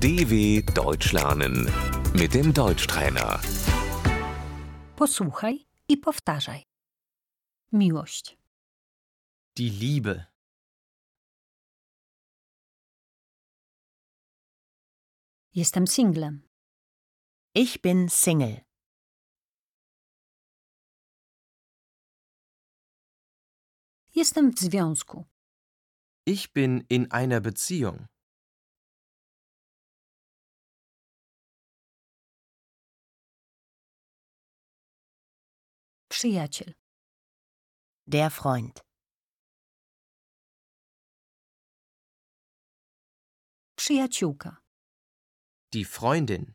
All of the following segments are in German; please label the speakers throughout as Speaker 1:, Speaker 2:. Speaker 1: DW Deutsch lernen mit dem Deutschtrainer.
Speaker 2: Posłuchaj i powtarzaj. Miłość,
Speaker 3: Die Liebe.
Speaker 2: jestem singlem,
Speaker 4: Ich bin Single.
Speaker 2: jestem w związku,
Speaker 3: Ich bin in einer Beziehung.
Speaker 2: przyjaciel,
Speaker 4: Der Freund.
Speaker 2: przyjaciółka,
Speaker 3: Die Freundin.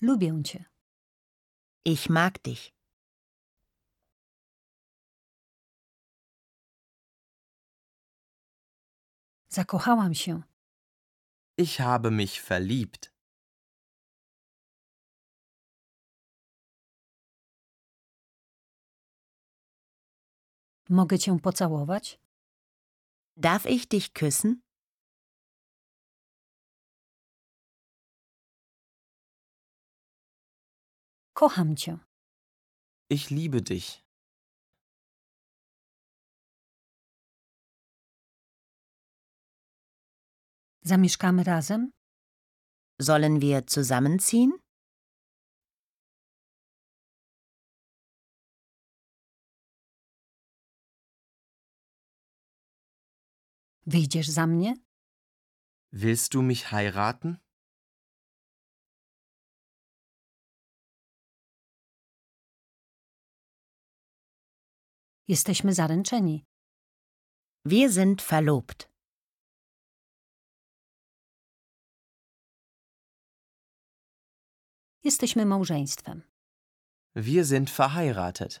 Speaker 2: lubię cię,
Speaker 4: Ich mag dich.
Speaker 2: zakochałam się,
Speaker 3: Ich habe mich verliebt.
Speaker 2: mogę cię pocałować,
Speaker 4: Darf ich dich küssen?
Speaker 2: kocham cię,
Speaker 3: Ich liebe dich.
Speaker 2: zamieszkamy razem,
Speaker 4: Sollen wir zusammenziehen?
Speaker 2: wyjdziesz za mnie,
Speaker 3: Willst du mich heiraten?
Speaker 2: jesteśmy zaręczeni,
Speaker 4: Wir sind verlobt.
Speaker 2: jesteśmy małżeństwem.
Speaker 3: Wir sind verheiratet.